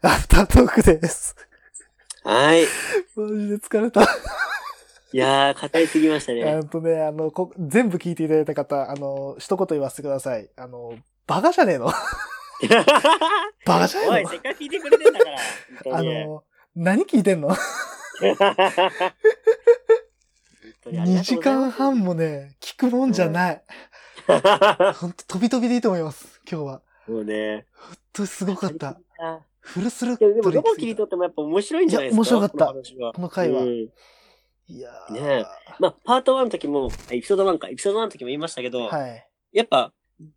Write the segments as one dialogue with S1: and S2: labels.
S1: タートークです。
S2: はい。い
S1: マジで疲れた。
S2: やー、語りすぎました
S1: え
S2: ね。
S1: っとね、あのこ、全部聞いていただいた方、あの、一言言わせてください。あの、バカじゃねえの バカじゃ
S2: お
S1: ねえ
S2: い、
S1: の
S2: せっかく聞いてくれてんだから。
S1: あ
S2: 本当に。
S1: の、何聞いてんの
S2: 本当にあり
S1: ?2
S2: がと
S1: 時
S2: うござい
S1: 間
S2: ます
S1: 半。もね、聞くもんじゃない。ほんと、飛び飛びでいいと思います、今日は。
S2: もうね。
S1: ほんとすごかった。
S2: い
S1: フルスルっ
S2: や、でも、どこ
S1: 行
S2: 切
S1: き
S2: り
S1: 過ぎ
S2: 取ってもやっぱ面白いんじゃないですか。
S1: いや面白かった
S2: この話は
S1: この回は
S2: うん
S1: いやー
S2: ねまあ、パート1の時も、エピソード1か、エピソード1の時も言いましたけど、
S1: はい。
S2: やっぱ、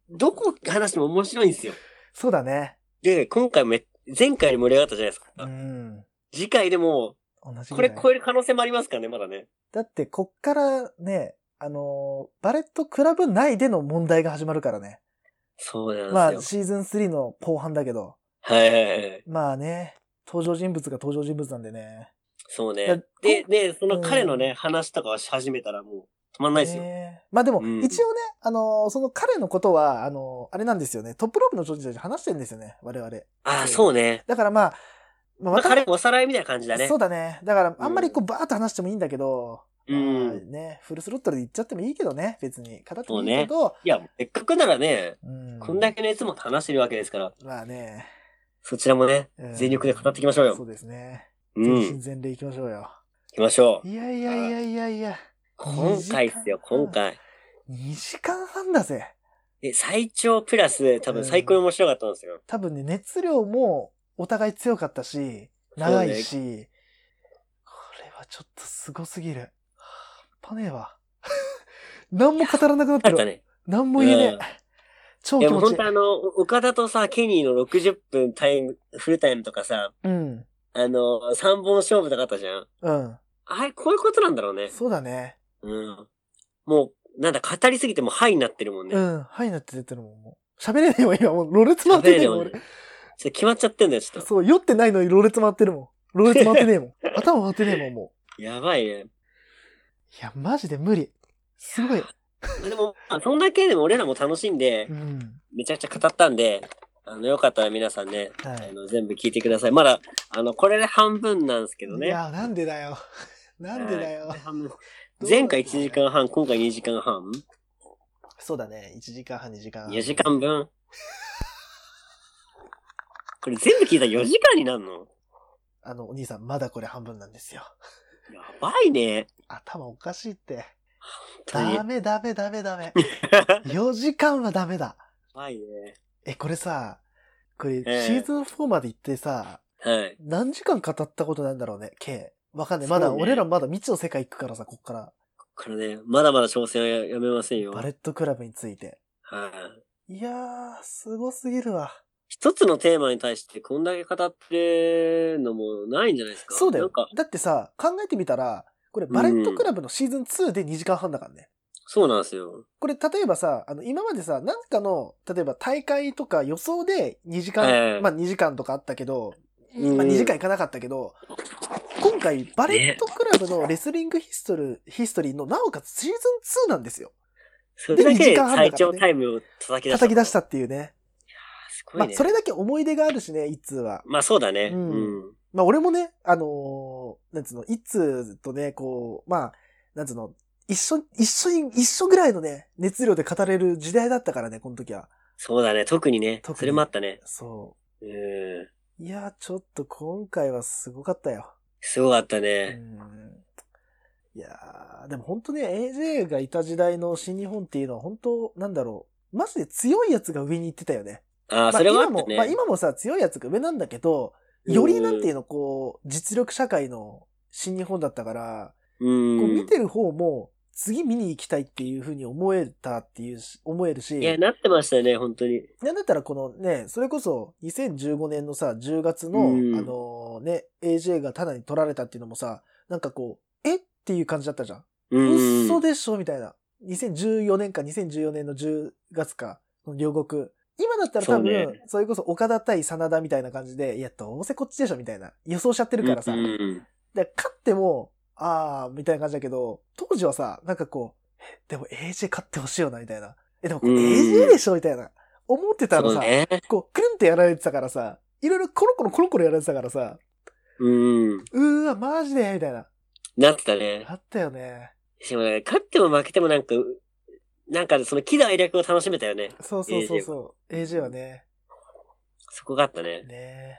S2: どこ話しても面白いんですよ。
S1: そうだね。
S2: で、今回め、前回に盛り上がったじゃないですか。
S1: うん。
S2: 次回でも、
S1: 同じ
S2: こ
S1: ぐら
S2: れ
S1: い
S2: 超える可能性もありますからね、まだね。
S1: だって、こっからね、あのー、バレットクラブ内での問題が始まるからね。
S2: そうなんですよ。
S1: まあ、シーズン3の後半だけど。
S2: はいはいはい。
S1: まあね、登場人物が登場人物なんでね。
S2: そう
S1: だ
S2: ね。で、で、そ
S1: うん
S2: の彼のね、話とかをし始めたらもう止まんないですよ。
S1: ねまあでも、
S2: うん
S1: 一応ね、あのーその彼のことは、あのーあれなんですよね、トップロープの女子たちに話してるんですよね、我々。
S2: ああ、そうね。
S1: だからまあ、まあ
S2: まあ、
S1: また
S2: 彼もおさらいみたいな感じだね。
S1: そうだね。だから、あんまりこう、バーッと話してもいいんだけど、
S2: うん
S1: まあね、フルスロットルで言っちゃってもいいけどね、別に。語ってもいいけど、
S2: いや、せっかくならね、
S1: うん
S2: こんだけのいつもと話してるわけですから、
S1: まあね、
S2: そちらもね、
S1: うん
S2: 全力で語っていきましょう
S1: そう
S2: よ。
S1: ですね。
S2: う
S1: 全
S2: ん。
S1: 身
S2: 行
S1: 全霊いきましょうよ。
S2: きましょう。
S1: いやいやいやいやいや、
S2: 今回っすよ、今回。
S1: 2時間半だぜ。
S2: で、最長プラス、多
S1: うん
S2: 分最高に面白かったんですよ。
S1: 多分ね、熱量もお互い強かったし、長いし、これはちょっとすごすぎる。半端ねえわ。 何も語らなくなって
S2: よかっ
S1: る。
S2: たね。
S1: 何も言えねえ。
S2: うん
S1: 超
S2: い
S1: 気
S2: や、もう
S1: 持ち
S2: 本
S1: いい
S2: 当。あの、岡田とさ、ケニーの60分タイム、フルタイムとかさ、
S1: うん。
S2: あの、3本勝負とかあったじゃん。
S1: うん。
S2: あれ、こういうことなんだろうね。
S1: そうだね。
S2: うん。もう、なんだ、語りすぎてもうはいになってるもんね。
S1: う
S2: 喋
S1: ん。はいなって出てるもん。もう喋れねえよ、今。もう、ろれつ回って
S2: れ
S1: ねえ
S2: る
S1: よ、
S2: もんね。
S1: 俺
S2: ちょ。っと決まっちゃってんだよ、ちょっ
S1: そう、酔ってないのにろれつ回ってるもん。ろれつ回ってねえもん。頭回ってねえもん、も
S2: と。やばいね。
S1: う。いや、マジで無理。す ごい。
S2: でも、まあ、そんだけでも俺らも楽しんで
S1: う、ん。
S2: めちゃくちゃ語ったんで、あの、よかったら皆さんね、
S1: は
S2: あ
S1: い。
S2: の、全部聞いてください。まだ、あの、これで半分なんですけど
S1: い
S2: ね。
S1: や、なんでだよ。 なんでだよ
S2: はい。半分
S1: どう
S2: 前回1時間半、今回2時間半
S1: そうだね。1時間半、2時間半。
S2: ?4 時間分。これ全部聞いたら4時間になるの
S1: あの、お兄さん、まだこれ半分なんですよ。
S2: やばいね。
S1: 頭おかしいって。
S2: 本当に
S1: ダメダメダメダメ。4時間はダメだ。
S2: やばいね。
S1: え、これさ、これ、シ
S2: ええ
S1: ーズン4まで行ってさ、
S2: はい。
S1: 何時間語ったことなんだろうね、K。わかんない。まだ、
S2: そうね
S1: 俺らまだ未知の世界行くからさ、こっから。
S2: これね、まだまだ挑戦はややめませんよ。
S1: バ
S2: はい、
S1: レットクラブについて。いやー、すごすぎるわ。
S2: 一つのテーマに対してこんだけ語ってるのもないんじゃないですか
S1: そうだ
S2: な
S1: よ
S2: んか、。
S1: だってさ、考えてみたら、これ、バレットクラブのシーズン2で2時間半だからね。
S2: そうなんですよ。
S1: これ、例えばさ、あの、今までさ、なんかの、例えば大会とか予想で2時間、
S2: ええ
S1: まあ2時間とかあったけど、
S2: うん
S1: まあ2時間いかなかったけど、今回、バレットクラブのレスリングヒストリー、ヒストリーの、なおかつシーズン2なんですよ。
S2: それだけ
S1: で二時
S2: で
S1: 間半だからね
S2: 最長タイムを叩き出した。
S1: 叩き出し。たっていうね。
S2: すご
S1: ま
S2: い
S1: あ、
S2: ね。
S1: それだけ思い出があるしね、一通は。
S2: まあそうだね。
S1: う
S2: うんん。
S1: まあ、俺もね、あのーなんつうの、一通とね、こう、まあ、なんつうの、一緒、一緒に、一緒ぐらいのね、熱量で語れる時代だったからね、この時は。
S2: そうだね。特にね。
S1: 特に
S2: それもあったね。
S1: そう。
S2: うん。
S1: いや、ちょっと今回はすごかったよ。
S2: すごかった
S1: う
S2: ね。
S1: ん、いやーでも本当ね、AJ がいた時代の新日本っていうのは本当、なんだろう。マジで強いやつが上に行ってたよね。
S2: ああ、それはあ
S1: 今
S2: った
S1: も、
S2: ね。
S1: まあ今もさ、強いやつが上なんだけど、よりなんていうの、こう、実力社会の新日本だったから、
S2: うん。
S1: こう
S2: うん。
S1: 見てる方も、次見に行きたいっていう風に思えたっていうし、思えるし。
S2: いや、なってましたね、本当に。
S1: なんだったらこのね、それこそ2015年のさ、10月の、
S2: うん
S1: あのね、AJ がタナに取られたっていうのもさ、なんかこう、えっていう感じだったじゃん。
S2: うん。
S1: 嘘でしょみたいな。2014年か2014年の10月か、この両国。今だったら多分、
S2: そ
S1: そう
S2: ね
S1: れこそ岡田対真田みたいな感じで、いや、どうせこっちでしょみたいな。予想しちゃってるからさ。
S2: うんうん。
S1: で、勝っても、あー、みたいな感じだけど、当時はさ、なんかこう、えでも AJ 勝ってほしいよな、みたいな。え、でもこれ
S2: うん
S1: AJ でしょみたいな。思ってたら
S2: そう
S1: さ、
S2: ね。
S1: こう、くるんってやられてたからさ、いろいろコロコロコロコロやられてたからさ、
S2: うん。
S1: うーわ、マジでみたいな。
S2: なってたね。
S1: あったよね。
S2: しかもね、勝っても負けてもなんか、うなんかその喜怒哀楽を楽しめたよね。
S1: そうそうそうそう。AJ はね。
S2: そこがあったね。
S1: ね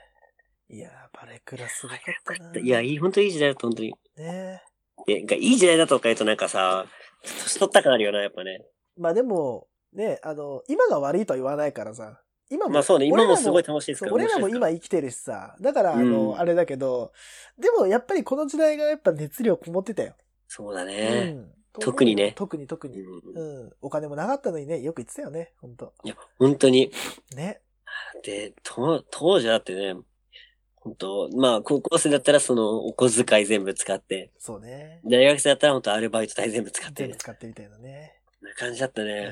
S1: え。いやー、バレクラすごかったな。
S2: いや、いい、本当いい時代だった、本当に。
S1: ねえ
S2: いやなんかいい時代だとか言うとなんかさ、ちょっと年取ったくなるよな、やっぱね。
S1: まあでも、ね、あの、今が悪いとは言わないからさ。今も、
S2: まあそうね、
S1: 俺
S2: 今
S1: ら
S2: もすごい楽しいです
S1: そ
S2: か
S1: う
S2: ら。
S1: 俺らも
S2: 面白
S1: 今生きてるしさ。だから、あ
S2: うん
S1: の、あれだけど、でもやっぱりこの時代がやっぱ熱量こもってたよ。
S2: いですからそうだ
S1: う
S2: ね。
S1: ん。
S2: 特にね
S1: 特に特に。
S2: うん
S1: うん。お金もなかったのにね、よく言ってたよね、ほんと。
S2: いや、本当に。
S1: ね。
S2: で、と当時だってね、本当まあ高校生だったらそのお小遣い全部使って、
S1: そうね。
S2: 大学生だったら本当アルバイト代全部使って、
S1: 全部
S2: な
S1: 使ってみたいなね。
S2: 感じだった
S1: う
S2: ね。
S1: ん。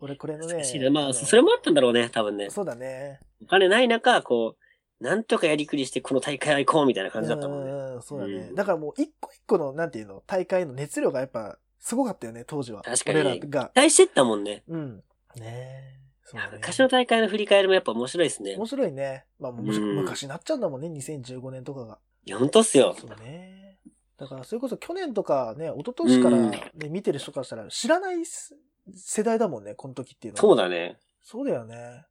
S1: 俺これのね
S2: 難しい。な。まあ、
S1: の
S2: それもあったんだろうね、多分ね。
S1: そうだね。
S2: お金ない中、こう、なんとかやりくりしてこの大会は行こうみたいな感じだったもんね。
S1: うん、そうだね
S2: う。ん
S1: だからもう一個一個の、なんていうの、大会の熱量がやっぱすごかったよね、当時は。
S2: 確かに
S1: 俺らが。
S2: 期待してったもんね。
S1: うん。ねそうだね
S2: 昔の大会の振り返りもやっぱ面白いですね
S1: 面。白いね。まあ、もし
S2: うん
S1: 昔になっちゃうんだもんね、2015年とかが。
S2: いや、本当っすよ。
S1: そうね。だから、それこそ去年とかね、一昨年から、
S2: うん
S1: ね見てる人からしたら知らないす世代だもんね、この時っていうのは。
S2: そう
S1: だ。
S2: だね。
S1: そうだよね。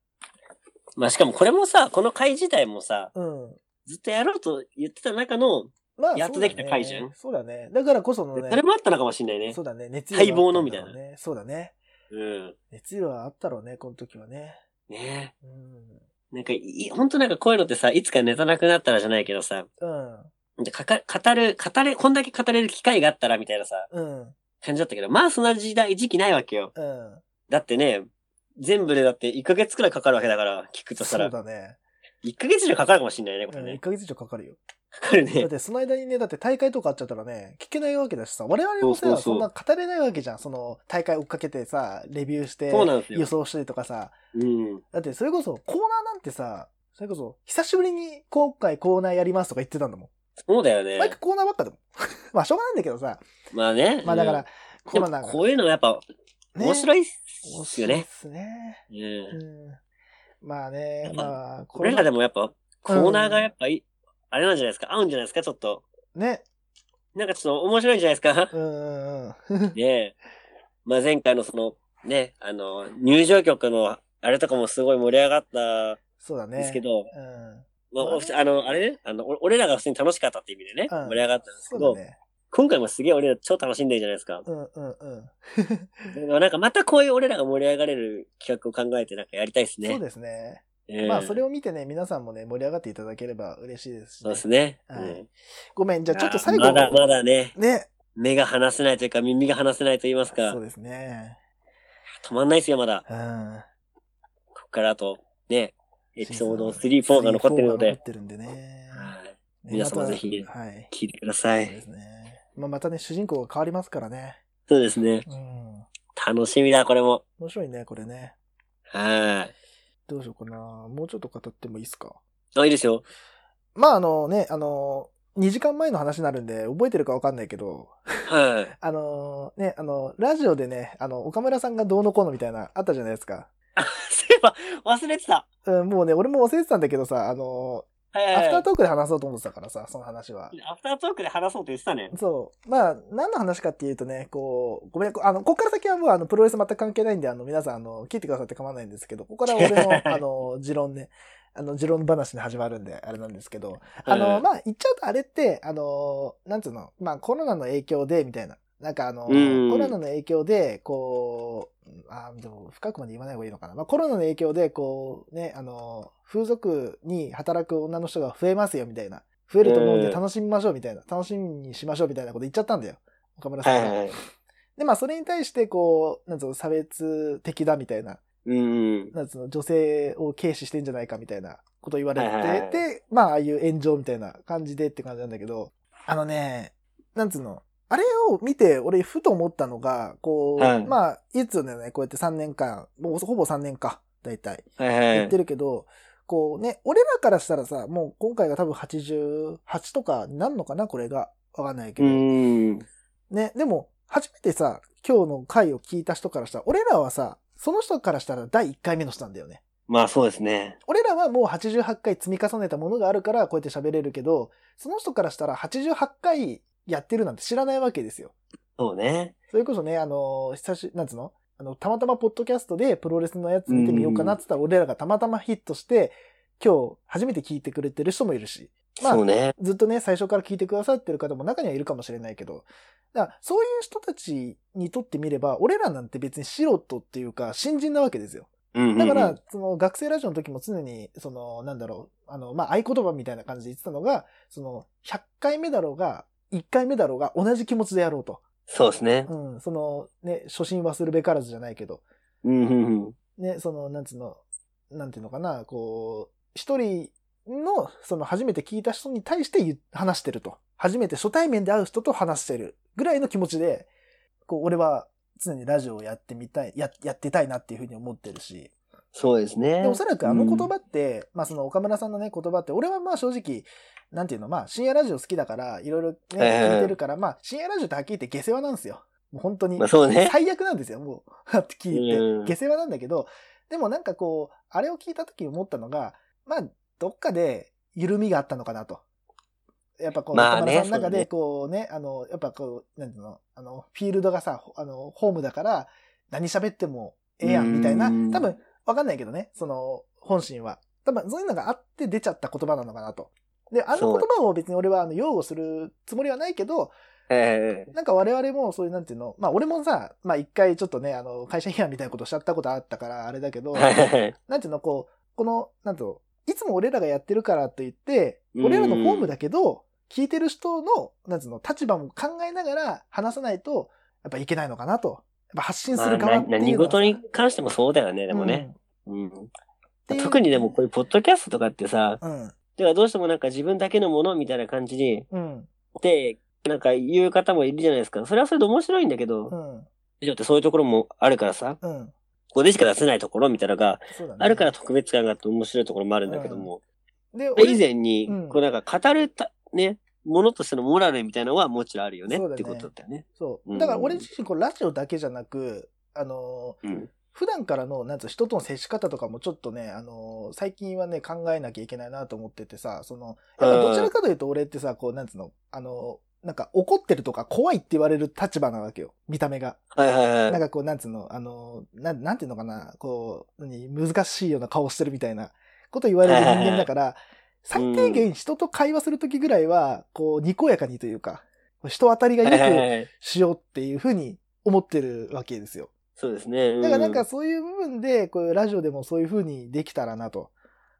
S2: まあ、しかもこれもさ、この会自体もさ、
S1: うん。
S2: ずっとやろうと言ってた中の、
S1: まあ、
S2: やっとできた回じゃん
S1: そうだね。だからこそのね、
S2: 誰もあったのかもしんないね
S1: そ。うだね、熱
S2: 待望のみたいな
S1: ね。そうだね。
S2: うん。
S1: 熱量はあったろうね、この時はね。
S2: ね
S1: うん。
S2: え。なんかいい、本当なんかこういうのってさ、いつかネタなくなったらじゃないけどさ、
S1: うん。
S2: かか語る、語れ、こんだけ語れる機会があったらみたいなさ、
S1: うん。
S2: 感じだったけど、まあそんな時代、時期ないわけよ。
S1: うん。
S2: だってね、全部でだって1ヶ月くらいかかるわけだから、聞くとし
S1: そ
S2: た
S1: う
S2: ら。
S1: だね。
S2: 1ヶ月以上かかるかもしんないね、こ
S1: う
S2: れ
S1: ん、1
S2: ね。
S1: ヶ月以上かかるよ。
S2: かかる
S1: だ
S2: ね
S1: っ。てその間にね、だって大会とかあっちゃったらね、聞けないわけだしさ、我々もさ、
S2: そう
S1: そ
S2: そうそうん
S1: な語れないわけじゃん。その大会追っかけてさ、レビューして、
S2: そうなんです
S1: 予
S2: よ。
S1: 想してとかさ。
S2: うん。
S1: だってそれこそコーナーなんてさ、それこそ久しぶりに今回コーナーやりますとか言ってたんだも
S2: そうだよ
S1: ん。 毎
S2: ね
S1: 回。コーナーばっかでも。まあしょうがないんだけどさ。
S2: まあね。
S1: まあだか
S2: うん
S1: ら、コ
S2: で
S1: ロ
S2: も
S1: ナが。
S2: こういうのやっぱ、面
S1: い
S2: 白いっ
S1: 面
S2: す
S1: 白い
S2: よ
S1: で
S2: ね。
S1: すね。
S2: う。
S1: うんん。まあね、まあ、コ
S2: 俺
S1: ロナ
S2: らでもやっぱ、コーナーがやっぱい、あれなんじゃないですか合うんじゃないですかちょっと。
S1: ね。
S2: なんかちょっと面白いんじゃないですか
S1: うんうんうん。
S2: ねえ。まあ前回のその、ね、あの、入場曲の、あれとかもすごい盛り上がったん
S1: そうだね。
S2: ですけど、
S1: うん。
S2: まあ、
S1: まあ
S2: おあの、あれね、あの、お俺らが普通に楽しかったっていう意味でね、
S1: うん
S2: 盛り上がったんで
S1: そ
S2: すけ
S1: う
S2: ど、
S1: だね。
S2: 今回もすげえ俺ら超楽しんでるじゃないですか。
S1: うんうんうん。
S2: でもなんかまたこういう俺らが盛り上がれる企画を考えてなんかやりたいですね。
S1: そうですね。
S2: ええ
S1: まあ、それを見てね、皆さんもね、盛り上がっていただければ嬉しいですし、
S2: そう
S1: ね
S2: で。すね。
S1: はい
S2: うん
S1: ごめん、じゃあちょっと最
S2: ま
S1: 後
S2: あまだ
S1: の。
S2: まだね、
S1: ね。
S2: 目が離せないというか耳が離せないと言いますか
S1: そう、ですね。
S2: 止まんないですよ、まだ。
S1: うん。
S2: ここからあと、ね、エピソード3、4が残ってるの
S1: 残
S2: で
S1: っ、てるんでね。
S2: はい
S1: ね
S2: 皆
S1: ま
S2: 様
S1: た
S2: ぜひ
S1: はい。
S2: 聞いてくださ
S1: そうで
S2: い。
S1: すね。まあ、またね、主人公が変わりますからね。
S2: そうですね。
S1: うん。
S2: 楽しみだ、これも。
S1: 面白いね、これね。
S2: はい。
S1: どうしようかな。もうちょっと語ってもいいですか。
S2: あ、いいですよ。
S1: まあ、あのね、あの、2時間前の話になるんで、覚えてるかわかんないけど、
S2: はい。
S1: あのね、あの、ラジオでね、あの、岡村さんがどうのこうのみたいな、あったじゃないですか。
S2: あ、そういえば、忘れてた。
S1: うん、もうね、俺も忘れてたんだけどさ、あの
S2: はいはい
S1: ー、
S2: は
S1: ア
S2: い。
S1: フタートークで話そうと思ってたからさ、その話は。
S2: アフタートークで話そうと言ってたね。
S1: そう。まあ、何の話かっていうとね、こう、ごめん、こあの、こっから先はもう、あの、プロレス全く関係ないんで、あの、皆さん、あの、聞いてくださって構わないんですけど、ここから俺の、あの、持論ね、あの、持論話に始まるんで、あれなんですけど、あの、まあ、言っちゃうとあれって、あの、なんつうの、まあ、コロナの影響で、みたいな。なんかあの、コ
S2: うん
S1: ロナの影響で、こう、あーでも深くまで言わない方がいいのかな。まあ、コロナの影響で、こう、ね、あの、風俗に働く女の人が増えますよ、みたいな。増えると思うん
S2: う
S1: で
S2: ん
S1: 楽しみましょう、みたいな。楽しみにしましょう、みたいなこと言っちゃったんだよ。岡村さん
S2: は
S1: が。
S2: いはいはい。
S1: で、まあ、それに対して、こう、なんつうの、差別的だ、みたいな。
S2: うん。
S1: なんつうの、女性を軽視してんじゃないかみたいなこと言われて、
S2: はいはいはい
S1: で、まあ、ああいう炎上みたいな感じでって感じなんだけど、あのね、なんつうの、あれを見て、俺、ふと思ったのが、こう、
S2: はい
S1: まあ、いつだよね、こうやって3年間、もうほぼ3年か、大体、
S2: はいはい。
S1: やってるけど、こうね、俺らからしたらさ、もう今回が多分88とかになるのかな、これが。わかんないけ
S2: う
S1: ど。
S2: ん。
S1: ね、でも、初めてさ、今日の回を聞いた人からしたら、俺らはさ、その人からしたら第1回目の人なんだよね。
S2: まあそうですね。
S1: 俺らはもう88回積み重ねたものがあるからこうやって喋れるけど、その人からしたら88回やってるなんて知らないわけですよ。
S2: そうね。
S1: それこそね、あの、久し、なんつうのあの、たまたまポッドキャストでプロレスのやつ見てみようかなって言ったら、俺らがたまたまヒットして、今日初めて聞いてくれてる人もいるし、まあ
S2: そうね。
S1: ずっとね、最初から聞いてくださってる方も中にはいるかもしれないけど、だからそういう人たちにとってみれば、俺らなんて別に素人っていうか、新人なわけですよ。
S2: うんうんうん
S1: だから、、その学生ラジオの時も常に、その、なんだろう、あの、まあ、合言葉みたいな感じで言ってたのが、その、100回目だろうが、1回目だろうが、同じ気持ちでやろうと。
S2: そうですね。
S1: うん、その、ね、初心忘るべからずじゃないけど、
S2: うんうんうん。
S1: ね、その、なんつうの、なんていうのかな、こう、一人の、その、初めて聞いた人に対して言う話してると。初めて初対面で会う人と話してるぐらいの気持ちで、こう、俺は常にラジオをやってみたい、や、やってたいなっていうふうに思ってるし、
S2: そうですね。
S1: で、おそらくあの言葉って、まあその岡村さんのね、言葉って、俺はまあ正直、なんていうの、まあ深夜ラジオ好きだから、いろいろね、
S2: ええ
S1: 聞いてるから、まあ深夜ラジオってはっきり言って下世話なんですよ。もう本当に
S2: まあ。そうね。
S1: 最悪なんですよ、もう。 はっきり言
S2: う
S1: っ
S2: ん
S1: て。下世話なんだけど、でもなんかこう、あれを聞いた時思ったのが、まあ、どっかで緩みがあったのかなと。やっぱこう、
S2: ま
S1: 岡
S2: あね
S1: 村さんの中
S2: そう
S1: で、
S2: ね
S1: こうね、あの、やっぱこう、なんていうの、あの、フィールドがさ、ほあの、ホームだから、何喋ってもええやん、みたいな、
S2: うん
S1: 多分、わかんないけどね、その、本心は。多分、そういうのがあって出ちゃった言葉なのかなと。で、あの
S2: そう
S1: 言葉を別に俺は、あの、擁護するつもりはないけど、
S2: ええ
S1: なんか我々もそういうなんていうの、まあ俺もさ、まあ一回ちょっとね、あの、会社批判みたいなことしちゃったことあったから、あれだけど、
S2: はいはいはい。
S1: なんていうの、こう、この、なんていうの、いつも俺らがやってるからといって、
S2: うん
S1: 俺らのホームだけど、聞いてる人の、なんていうの、立場も考えながら話さないと、やっぱいけないのかなと。やっぱ発信する
S2: まあ
S1: 側
S2: な
S1: っていうのはさ、
S2: 何事に関してもそうだよね、でもね。うん
S1: ていう
S2: 特にでもこういうポッドキャストとかってさ、
S1: うん。うん。
S2: だからどうしてもなんか自分だけのものみたいな感じに、
S1: うん。
S2: で、なんか言う方もいるじゃないですか。それはそれで面白いんだけど、
S1: うん。
S2: ラジオってそういうところもあるからさ、
S1: うん。
S2: ここでしか出せないところみたいなのが
S1: そうだね。
S2: あるから特別感があって面白いところもあるんだけども、
S1: で、
S2: 以前に
S1: うん、
S2: こうなんか語るた、ね、ものとしてのモラルみたいなのはもちろんあるよね
S1: そうだね
S2: ってことだったよね。
S1: そう。
S2: うん
S1: だから俺自身、こう、ラジオだけじゃなく、あのー
S2: うん。
S1: 普段からの、なんつう、人との接し方とかもちょっとね、あのー最近はね、考えなきゃいけないなと思っててさ、その、やっぱどちらかというと俺ってさ、こう、なんつうの、あのーなんか怒ってるとか怖いって言われる立場なわけよ、見た目が。
S2: はいはい
S1: な
S2: は
S1: ん
S2: い。
S1: かこう、なんつうの、あのーなん、なんていうのかな、こう、何、難しいような顔してるみたいなこと言われる人間だから、最低限人と会話するときぐらいは、こう、にこやかにというか、人当たりが
S2: はいはい
S1: よく
S2: はい。
S1: しようっていうふうに思ってるわけですよ。
S2: そうですね。う
S1: だからなんか、そういう部分で、こういうラジオでもそういう風にできたらなと。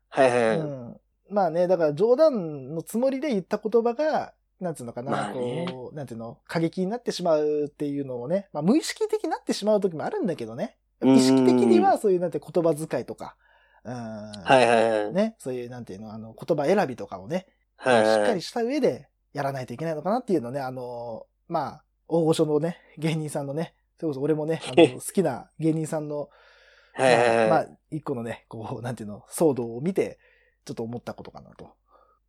S2: はいは
S1: う
S2: いはい。
S1: ん。まあね、だから冗談のつもりで言った言葉が、なんつうのかな、
S2: まあね
S1: こう、なんていうの、過激になってしまうっていうのをね、まあ無意識的になってしまう時もあるんだけどね。意識的にはそういうなんて言葉遣いとか、うん。
S2: はいはいはい。
S1: ね、そういうなんていうの、あの、言葉選びとかをね、し
S2: はいはい
S1: っ
S2: は
S1: か
S2: い
S1: り。した上でやらないといけないのかなっていうのね、あの、まあ、大御所のね、芸人さんのね、それこそ俺もね、あ の好きな芸人さんの
S2: はいはいはい
S1: まあ、まあ一個のね、こう、なんていうの、騒動を見て、ちょっと思ったことかなと。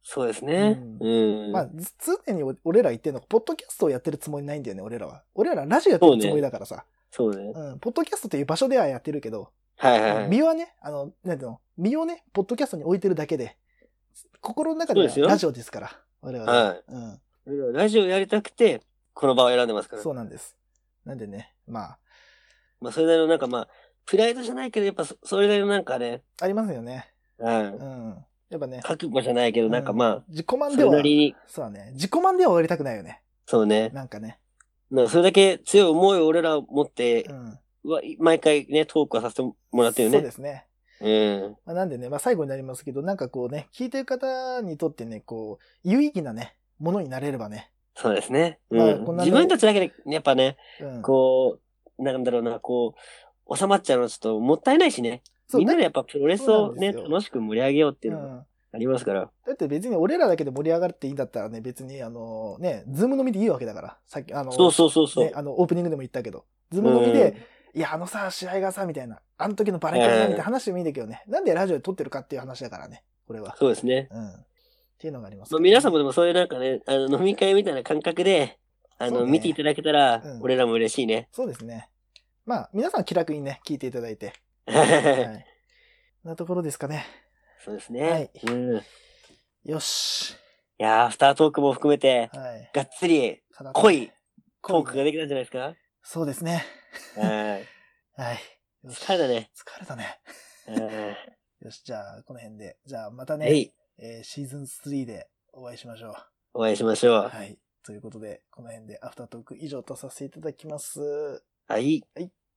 S2: そうですね。
S1: う
S2: うん。
S1: まあ、ず常に俺ら言ってるのが、ポッドキャストをやってるつもりないんだよね、俺らは。俺らラジオやってるつもりだからさ。
S2: そうね。
S1: う、ん、ポッドキャストという場所ではやってるけど、
S2: はいはいはい。
S1: 身はね、あの、なんていうの、身をね、ポッドキャストに置いてるだけで、心の中で
S2: そう
S1: は
S2: ですよ
S1: ラジオですから、俺らは。
S2: は
S1: うん、
S2: い。ラジオやりたくて、この場を選んでますから。
S1: そうなんです。なんでね、まあ、
S2: まあ、それなりのなんかまあ、プライドじゃないけど、やっぱそそれなりのなんかね、
S1: ありますよね。
S2: うん
S1: う。ん。やっぱね、
S2: 覚悟じゃないけど、なんかま
S1: 自己
S2: あ、
S1: 満
S2: そ
S1: で
S2: れ
S1: は
S2: な、りに、
S1: そうだね、自己満では終わりたくないよね。
S2: そうね。
S1: なんかね。
S2: なんかそれだけ強い思いを俺ら持って
S1: う、ん。
S2: わ毎回ね、トークはさせてもらってる
S1: そう
S2: ね
S1: で。すね。
S2: うん。
S1: まあ、なんでね、まあ最後になりますけど、なんかこうね、聞いてる方にとってね、こう、有意義なね、ものになれればね。
S2: そうですね。う
S1: まあ
S2: ん
S1: こん。なね
S2: 自分たちだけで、やっぱね、
S1: うん。
S2: こう、なんだろうな、こう、収まっちゃうのはちょっともったいないしね。
S1: そう
S2: みんなでやっぱプロレスを
S1: そうなんで
S2: ね、
S1: すよ
S2: 楽しく盛り上げようっていううのが
S1: ん。
S2: ありますから。
S1: だって別に俺らだけで盛り上がっていいんだったらね、別にあの、ね、ズームのみでいいわけだから。さっき、あの、
S2: そうそうそうそう。
S1: ね、あの、オープニングでも言ったけど、ズームのみで、いや、あのさ、試合がさ、みたいな、あの時のバレーがみたいな話でもいいんだけどね、なんでラジオで撮ってるかっていう話だからね、これ
S2: うん
S1: は。
S2: そうですね。
S1: うん。っていうのがあります、
S2: まあ、皆さん
S1: も、
S2: もでもそういうなんかね、あの飲み会みたいな感覚で、あ
S1: そ
S2: の、
S1: うね
S2: 見ていただけたら
S1: うん、
S2: 俺らも嬉しいね。
S1: そうですね。まあ、皆さん気楽にね、聞いていただいて。はい。なところですかね。
S2: そうですね。
S1: はい
S2: うん。い
S1: よし。
S2: やー、アフタートークも含めて、
S1: はい。
S2: がっつり、
S1: 語って
S2: 濃いトークができたんじゃないですか
S1: そうですね。
S2: はい。
S1: はい。よし
S2: 疲れたね。
S1: 疲れたね。
S2: うん
S1: よし、じゃあ、この辺で。じゃあ、また
S2: は
S1: ね、
S2: い。
S1: えーシーズン3でお会いしましょう。
S2: お会いしましょう。
S1: はい。ということで、この辺でアフタートーク以上とさせていただきます。
S2: はい。
S1: はい。